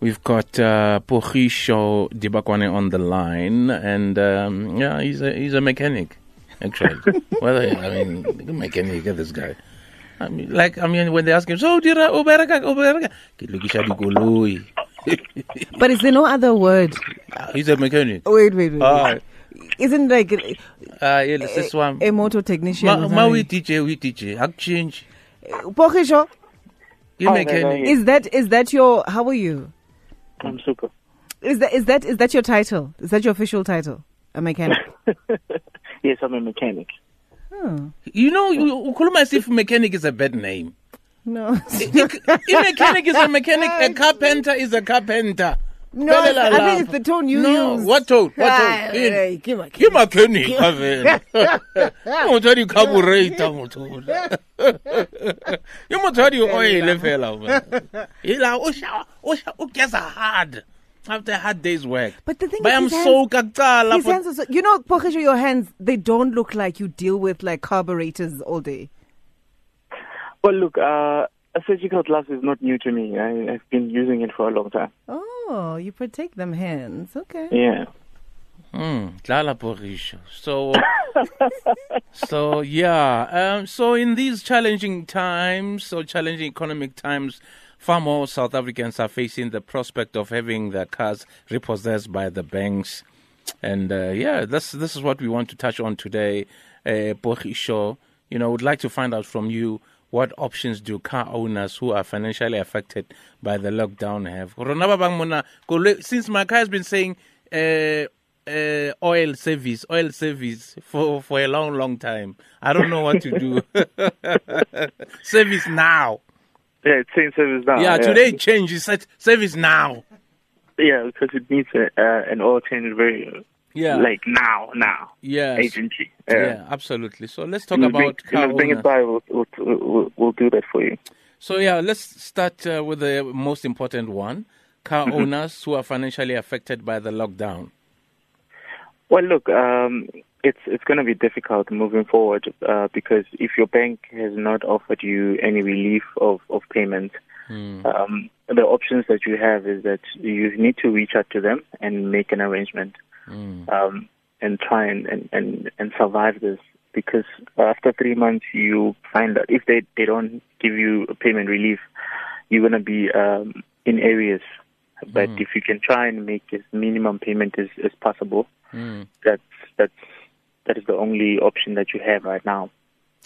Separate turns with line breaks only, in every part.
We've got uh, Pohisho Dibakwane on the line, and um, yeah, he's a he's a mechanic, actually. well, I mean, a mechanic, this guy. I mean, like, I mean, when they ask him, so dira oberaka oberaka, ke lokisa dikoloi."
But is there no other word?
he's a mechanic.
Wait, wait, wait.
Ah.
wait. Isn't like a,
Uh, yeah, this one.
a motor technician?
Ma,
or
ma we
something?
teacher, we teacher. Hak change.
Pogisho,
You
Oh,
mechanic.
yeah.
is that is that your? How are you?
I'm super.
Is that is that is that your title? Is that your official title? A mechanic.
yes, I'm a mechanic.
Oh,
You know, you ukhuluma as if mechanic is a bad name.
no,
A mechanic is a mechanic. A carpenter is a carpenter.
no.
Bele la
I
la.
think it's the tone you
no,
use.
what tone? What
Ah,
tone?
hey,
In-
give a-
Ke mechanic, a vele. Ke motswadi carburetor, motho ona. Ke motswadi oil fela, man. Ila, o sha- o sha- o gets hard after a hard day's work.
But the thing
But
is,
I'm
his hands-
so kacala
His
for-
hands are so, you know, Pogisho, your hands, they don't look like you deal with like carburetors all day.
Well, look, uh, a surgical glass is not new to me. I, I've been using it for a long time.
Oh, you protect them hands. Okay.
Yeah.
Mm, Lala Borisha. So, so yeah. Um, so in these challenging times, so challenging economic times, far more South Africans are facing the prospect of having their cars repossessed by the banks, and uh, yeah, this this is what we want to touch on today, uh, Borisha. You know, would like to find out from you what options do car owners who are financially affected by the lockdown have. Rona ba bang mona, koloi- Since my car has been saying. Uh, uh, oil service, oil service for, for a long, long time. I don't know what to do. service now.
Ah, Yeah, it's saying service now.
yeah, today it changes. Set- Service now.
Yeah, because it needs a, uh, an oil change very,
Yeah.
like now, now.
Yes.
Agency.
yeah. absolutely. So let's talk
You
about
bring,
car
you bring
owners.
it by, we'll, we'll, we'll, we'll do that for you.
So yeah, let's start uh, with the most important one:
Mm-hmm.
car owners who are financially affected by the lockdown.
Well, look, um, it's it's going to be difficult moving forward uh, because if your bank has not offered you any relief of of payment, um, the options that you have is that you need to reach out to them and make an arrangement um, and try and, and, and, and survive this. Because after three months, you find that if they, they don't give you payment relief, you're going to be um, in areas. But if you can try and make as minimum payment as, as possible, that's that's that is the only option that you have right now.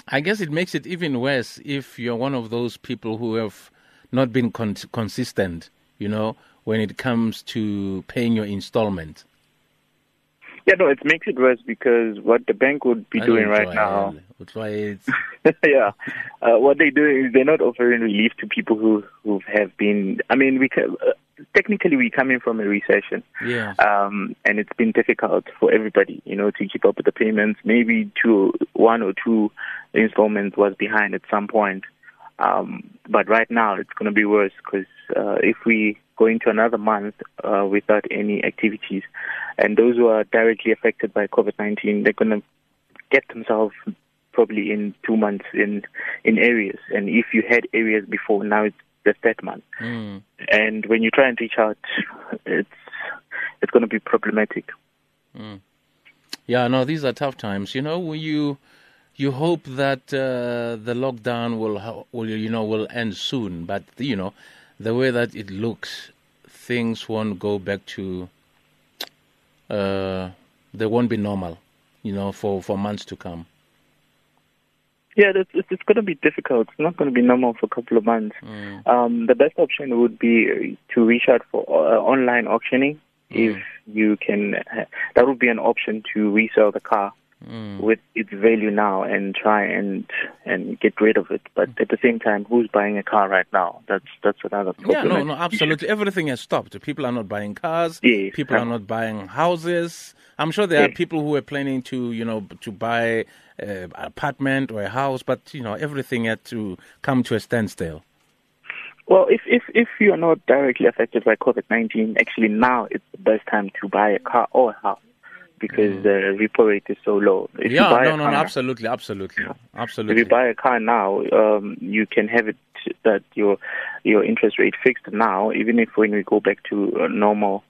I guess it makes it even worse if you're one of those people who have not been con- consistent, you know, when it comes to paying your installment.
Yeah, no, it makes it worse because what the bank would be doing right now,
Utlwaetsi.
yeah, uh, what they're doing is they're not offering relief to people who who have been. I mean, we ca- uh, technically we're coming from a recession,
Yeah.
um, and it's been difficult for everybody, you know, to keep up with the payments. Maybe two, one or two installments was behind at some point, um, but right now it's going to be worse because uh, if we go into another month uh, without any activities, and those who are directly affected by COVID-19, they're going to get themselves probably in two months in in areas. And if you had areas before, now it's the third month
Mm.
and when you try and reach out, it's it's going to be problematic.
Yeah, no, these are tough times. You know, when you you hope that uh, the lockdown will ho- will you know will end soon, but you know, the way that it looks, things won't go back to. Uh, they won't be normal, you know, for for months to come.
Yeah, that's, it's, it's going to be difficult. It's not going to be normal for a couple of months.
Mm.
Um, the best option would be to reach out for uh, online auctioning
Mm.
if you can. Uh, that would be an option to resell the car
Mm.
with its value now and try and and get rid of it. But
Mm.
at the same time, who's buying a car right now? That's that's another
Yeah,
problem.
no, no, absolutely. Everything has stopped. People are not buying cars.
Yes.
People are not buying houses. I'm sure there are
Yes.
people who were planning to, you know, to buy uh, an apartment or a house, but you know, everything had to come to a standstill.
Well, if if if you are not directly affected by COVID nineteen, actually now it's the best time to buy a car or a house because the repo rate is so low. If
Mm. yeah,
you buy
no,
a
no,
car,
no, absolutely, absolutely,
If
absolutely.
you buy a car now, um, you can have it that your your interest rate fixed now, even if when we go back to uh, normal,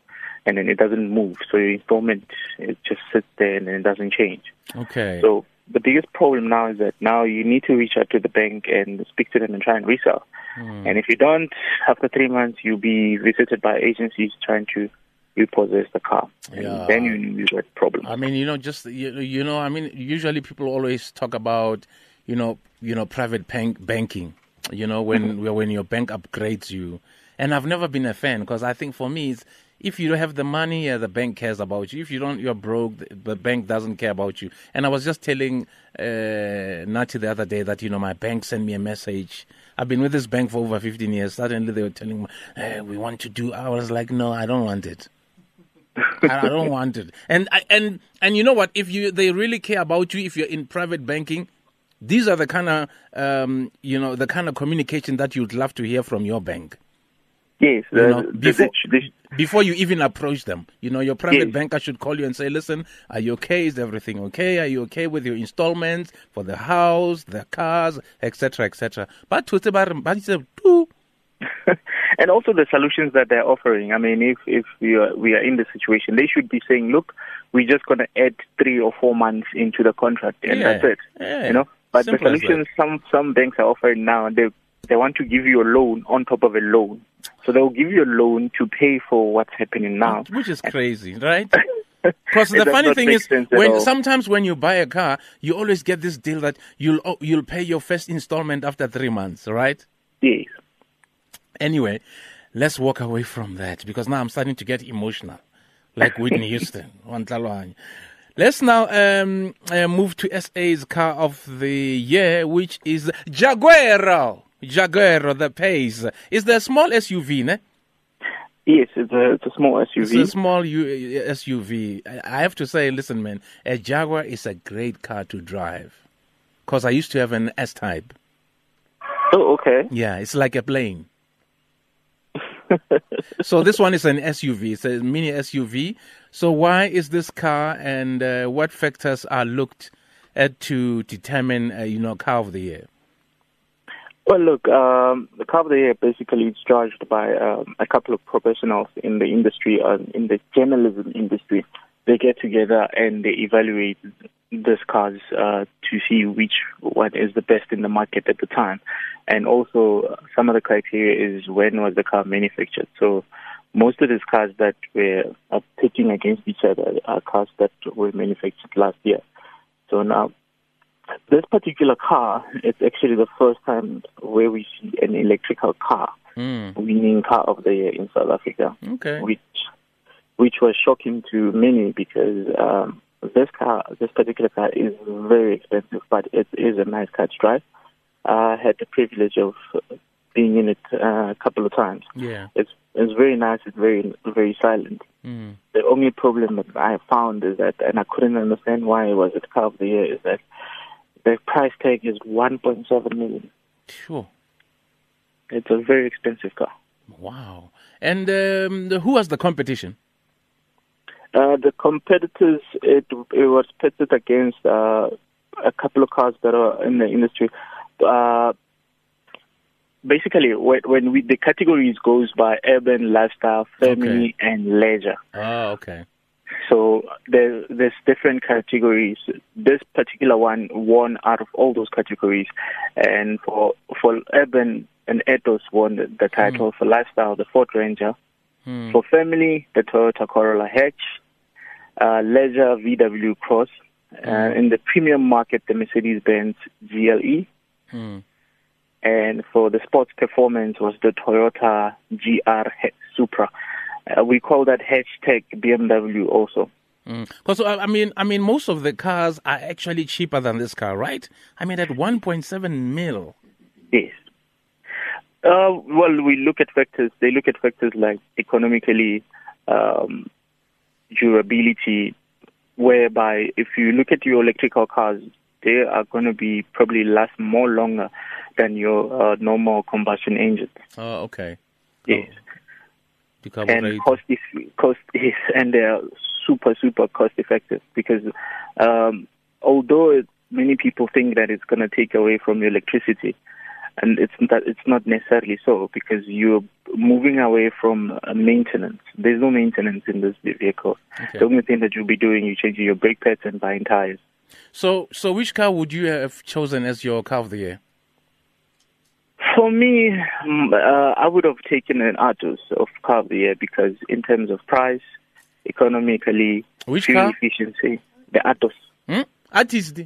and then it doesn't move, so your installment it just sits there and then it doesn't change.
Okay.
So the biggest problem now is that now you need to reach out to the bank and speak to them and try and resell.
Hmm.
And if you don't, after three months, you'll be visited by agencies trying to repossess the car. And
Yeah.
then you you get problems.
I mean, you know, just you, you know, I mean, usually people always talk about, you know, you know, private bank banking. You know, when when your bank upgrades you, and I've never been a fan because I think for me, it's, if you don't have the money, yeah, the bank cares about you. If you don't, you're broke. The, the bank doesn't care about you. And I was just telling uh, Nati the other day that you know my bank sent me a message. I've been with this bank for over 15 years. Suddenly they were telling me, hey, "We want to do." I was like, "No, I don't want it." I, I don't want it. And I- and and you know what? If you they really care about you, if you're in private banking, these are the kind of um, you know the kind of communication that you'd love to hear from your bank.
Yes,
You
the-
know,
the- the-
before,
the-
before you even approach them, you know, your private
Yes.
banker should call you and say, "Listen, are you okay? Is everything okay? Are you okay with your installments for the house, the cars, etc., etc." But to the bottom, but it's a- too-
and also the solutions that they're offering. I mean, if if we are we are in the situation, they should be saying, "Look, we're just going to add three or four months into the contract, and
Yeah,
that's it."
yeah.
You know, but
Simple
the
as that.
solutions some some banks are offering now, they they want to give you a loan on top of a loan, so they'll give you a loan to pay for what's happening now.
which is crazy, right? Because
It
the
does
funny
not
thing
make
is,
sense at
when
all.
sometimes when you buy a car, you always get this deal that you'll oh, you'll pay your first installment after three months, right?
Yes.
Anyway, let's walk away from that because now I'm starting to get emotional, like Whitney Houston. Wantalwanya. let's now um, uh, move to SA's car of the year, which is Jaguar. Jaguar, the Pace. It's the small SUV, ne?
Yes, it's a, it's a small SUV.
It's a small U- SUV. I I have to say, listen, man, a Jaguar is a great car to drive. Because I used to have an S type.
oh, okay.
Yeah, it's like a plane. so this one is an SUV. It's a mini SUV. So why is this car and uh, what factors are looked at to determine, uh, you know, car of the year?
Well, look, um, the car of the year basically is judged by um, a couple of professionals in the industry, uh, in the journalism industry. They get together and they evaluate these cars uh, to see which one is the best in the market at the time. And also, uh, some of the criteria is when was the car manufactured. So, most of these cars that we're uh, pitting against each other are cars that were manufactured last year. So now this particular car, it's actually the first time where we see an electrical car winning car of the year in South Africa,
Okay.
which which was shocking to many because um, this car, this particular car, is very expensive, but it is a nice car to drive. I had the privilege of being in it uh, a couple of times.
Yeah.
It's it's very nice. It's very very silent.
Mm.
The only problem that I found is that, and I couldn't understand why it was at car of the year, is that the price tag is 1.7 million.
Sure.
It's a very expensive car.
Wow. And um, the- who was the competition?
Uh, the competitors, it, it was pitted against uh, a couple of cars that are in the industry. Uh, basically, when, when we, the categories goes by urban, lifestyle, family, and leisure.
Oh, okay.
So there, there's different categories. This particular one won out of all those categories, and for for urban and Etos won the, the title for lifestyle, the Ford Ranger. For family, the Toyota Corolla Hatch. Uh, leisure, VW Cross. Uh, in the premium market, the Mercedes Benz GLE. E. And for the sports performance was the Toyota GR Hatch Supra. Uh, we call that hashtag BMW also.
Because Mm. uh, I mean, I mean, most of the cars are actually cheaper than this car, right? I mean, at 1.7 mil.
Yes. Uh, well, we look at factors. They look at factors like economically, um, durability, whereby if you look at your electrical cars, they are going to be probably last more longer than your uh, normal combustion engines.
Oh, okay.
Yes.
Decarbonated.
and cost eff- cost is and they are super super cost effective because um, although it, many people think that it's going to take away from your electricity, and it's that it's not necessarily so because you're moving away from uh, maintenance. There's no maintenance in this vehicle.
Okay.
The only thing that you'll be doing, you're changing your brake pads and buying tires.
So, so which car would you have chosen as your car of the year?
For me, mm, uh, I would have taken an Atos of car of the year because in terms of price, economically,
Which
fuel
car?
efficiency, the Atos.
Hmm? Artist.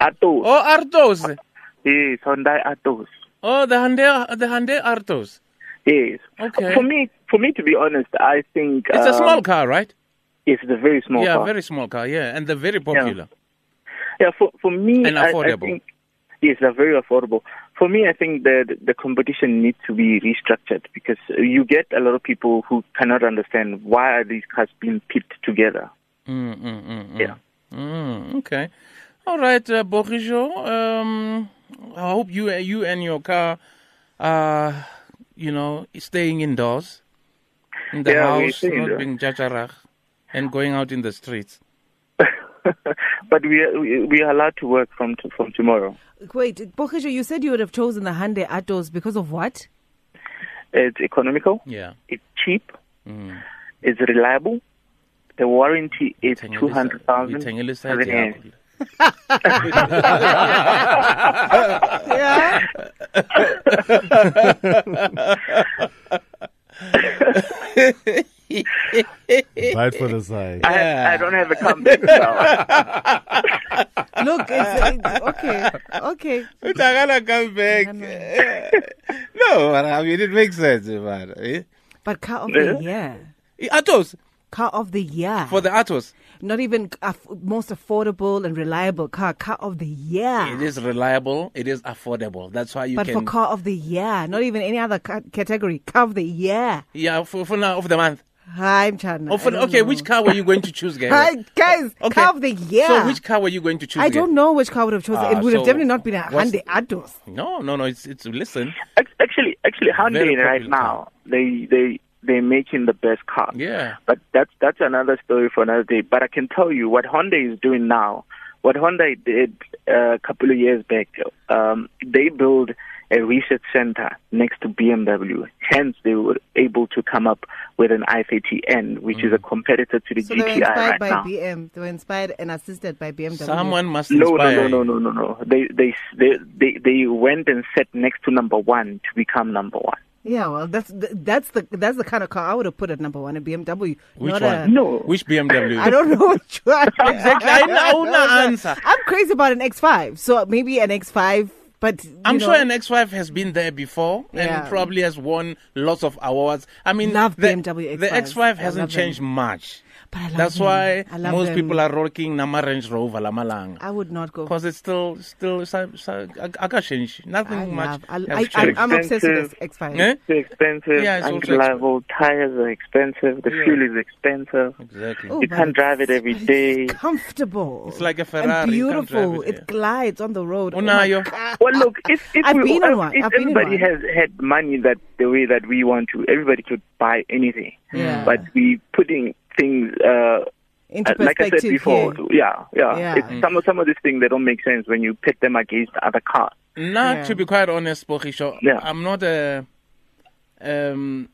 Atos.
Oh, Artos.
Yes, Hyundai Atos.
Oh, the Hyundai, the Hyundai Artos.
Yes.
Okay.
For me, for me to be honest, I think
It's a
um,
small car, right?
It's a very small
yeah,
car.
very small car. Yeah, and they're very popular.
Yeah, for for me,
And
I- I,
affordable.
think yes, they're very affordable. For me, I think that the competition needs to be restructured because you get a lot of people who cannot understand why are these cars being pipped together.
Mm, mm, mm, mm.
Yeah.
Mm, okay. All right, uh, Borrijo. Um, I hope you you and your car are, you know, staying indoors in the
Yeah, we're
house,
staying
not
indoors.
being jajarach and going out in the streets.
but we are, we- we are allowed to work from t- from tomorrow.
Wait, Bokejo, you said you would have chosen the Hyundai Atos because of what?
It's economical.
Yeah.
It's cheap.
Mm.
It's reliable. The warranty is
Thengelisa-
two hundred thousand.
ithengelisa yakho.
Yeah.
Right for the side.
I, have- I don't have a comeback now.
Look, it's, it's okay. Okay.
But I gotta come back. no, but I mean, it makes sense, man. Eh?
But car of the year.
Atos,
Car of the year.
for the Atos.
Not even aff- most affordable and reliable car. Car of the year.
It is reliable, it is affordable. That's why you
But
can.
for car of the year, not even any other ca- category. Car of the year.
yeah, for, for now, of the month.
Hi, I'm Chana.
Oh, for, okay, which car were you going to choose, guys?
Hi, guys.
Okay.
Car of the year.
So, which car were you going to choose?
I don't know which car I would have chosen.
Ah,
it would
so
have definitely not been a
what's-
Hyundai Atos.
again? No, no, no. It's it's listen.
Ac- Actually, actually,
Very
Hyundai
popular
right now they they they're making the best car.
Yeah.
But that's that's another story for another day. But I can tell you what Honda is doing now. What Honda did uh, a couple of years back, um, they built a research center next to BMW. Hence, they were able to come up with an i30N, which is a
Mm-hmm.
competitor to the
So they were
GTI
inspired
right
by
now.
BM. They were inspired and assisted by BMW.
Someone must
No,
inspire.
no, no,
you.
no, no, no, no. They, they, they, they, they went and sat next to number one to become number one.
Yeah, well, that's th- that's the that's the kind of car I would have put at number one, a BMW.
Which
not
one?
A,
No.
Which BMW?
I don't know which one.
Exactly. I know- I wouldn't answer.
I'm crazy about an X5, so maybe an X5. But you
I'm
know,
sure an ex-wife has been there before and
Yeah.
probably has won lots of awards. I mean,
Love
the,
BMW
The
X5s.
ex-wife
I
hasn't
love them.
changed much.
But I love
That's
them.
why
I love
most
them.
people are rocking Nama Range Rover Lamalang
I would not go.
because it's still still so, so, I, I can't change nothing
I
much.
love. I,
has
I, I,
changed.
I'm obsessed with this
Expensive.
X5.
Eh?
Too expensive,
Yeah, it's also
unreliable. Tires are expensive. The
Yeah.
fuel is expensive.
Exactly.
Oh,
You
but
can't drive it
it's-
every
but
day.
It's comfortable.
It's like a
And
Ferrari, you can't drive
beautiful.
it, yeah.
glides on the road. Oh my
Unayo.
God.
Well, look, if, if,
I've
we,
been on one.
if
I've been in
everybody
one.
has had money that the way that we want to, everybody could buy anything.
Yeah.
But we putting things, uh,
Into
like I said
perspective,
before,
yeah.
yeah, yeah.
Yeah.
It's some of some of these things that don't make sense when you pit them against other cars.
Nah,
Yeah.
to be quite honest, Bohisho,
Yeah.
I'm not a um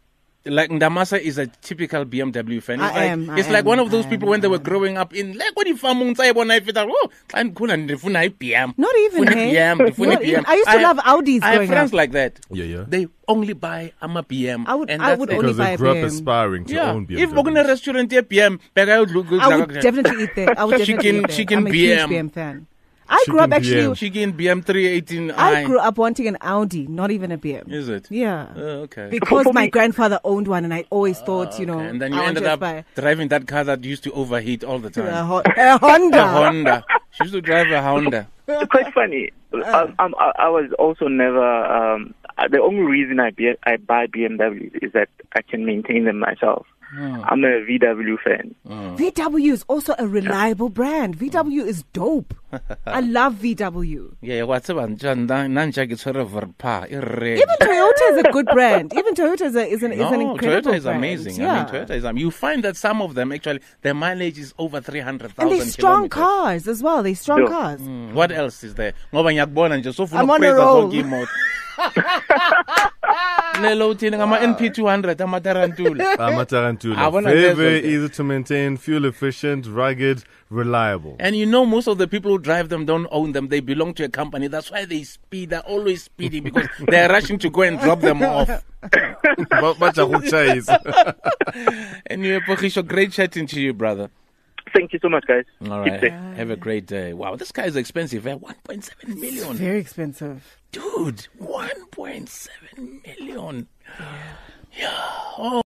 like Ndamasa is a typical BMW fan. It's
I
like,
am, I
it's like
am,
one of those
I
people
am,
when they
I
were
am.
growing up in like when if I'm oh I'm cool and BM.
Not even, hey?
BM,
Not even. I used to love Audis
I have
growing
friends
up.
like that.
Yeah, yeah.
They only buy Ama BM.
I would-
and
I
that's
would
it.
only
Because they
buy
grew up
them.
aspiring to
yeah.
own BMW.
If we're gonna restaurant here BM, but I would look good.
I would definitely eat there. I would definitely
Chicken-
eat there.
chicken
I'm a
BM.
huge BM fan. I grew up
Chicken
actually.
BM.
chicken BM three eighteen
I grew up wanting an Audi, not even a BM.
Is it?
Yeah.
Oh, okay.
Because
For
my
me-
grandfather owned one, and I always thought, you know,
and then you
I want
ended
to
up
aspire
driving that car that used to overheat all the
to a,
time.
Hon- a Honda.
A Honda. She used to drive a Honda.
It's quite funny. I, I'm- I, I was also never. Um, the only reason I, be, I buy BMW is that I can maintain them myself. I'm a VW fan.
VW is also a reliable brand. VW is dope. I love VW.
Yeah, what's about Nanja gets her over pa irre.
Even Toyota is a good brand. Even Toyota is, a, is an is an
No,
incredible
Toyota is
brand.
amazing.
Yeah.
I mean, Toyota is amazing. You find that some of them actually their mileage is over three hundred
and
thousand. Hmm,
they're strong cars as well. They're strong
Yeah.
cars.
What else is there? Ngoba ngiyakubona nje sofuna
I'm on a
ukupraise
roll.
zonke imoto. lelo uthini ngama-np 200 amatarantula
I'm a
Ah,
tarantula.
when I
Very,
guess
very
okay.
easy to maintain, fuel efficient, rugged, reliable.
and you know most of the people who drive them don't own them they belong to a company that's why they speed they're always speeding because they're rushing to go and drop them off
Ba- ba tla go tjhaisa.
and you Pogisho, great chatting to you brother
Thank you so much, guys.
all
Keep
right
safe.
have a great day wow this guy is expensive eh? 1.7 million
Very expensive.
dude 1.7 million yeah oh